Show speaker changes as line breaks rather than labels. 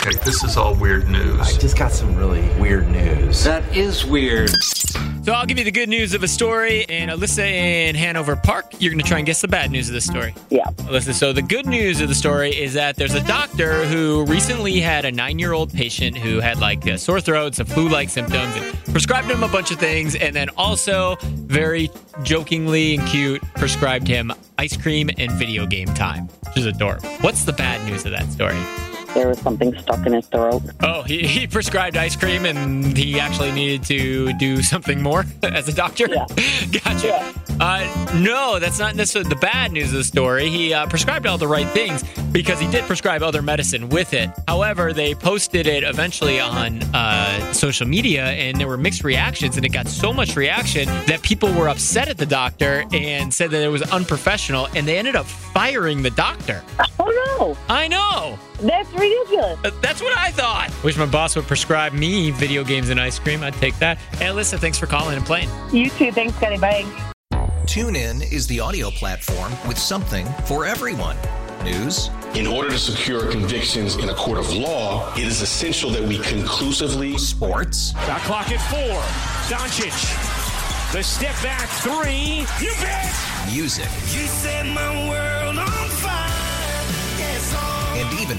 Okay, this is all weird
I
news.
just got some really weird news.
That is weird.
So I'll give you the good news of a story, and Alyssa in Hanover Park, you're going to try and guess the bad news of this story.
Yeah.
Alyssa, so the good news of the story is that there's a doctor who recently had a nine year old patient who had like uh, sore throat, some flu like symptoms, and prescribed him a bunch of things. And then also, very jokingly and cute, prescribed him ice cream and video game time, which is adorable. What's the bad news of that story?
There was something stuck in his throat.
Oh, he, he prescribed ice cream and he actually needed to do something more as a doctor?
Yeah.
gotcha.
Yeah.
Uh, no, that's not necessarily the bad news of the story. He uh, prescribed all the right things because he did prescribe other medicine with it. However, they posted it eventually on uh, social media and there were mixed reactions, and it got so much reaction that people were upset at the doctor and said that it was unprofessional, and they ended up firing the doctor.
Oh
I know.
no, that's ridiculous.
Uh, That's what I thought. Wish my boss would prescribe me video games and ice cream. I'd take that. Hey, Alyssa, thanks for calling and playing.
You too. Thanks, Kenny. Bye.
TuneIn is the audio platform with something for everyone. News,
In order to secure convictions in a court of law, it is essential that we conclusively
sports,
The clock at four. Doncic. The step back three. You bet.
music,
You set my world on fire. Yes,
and even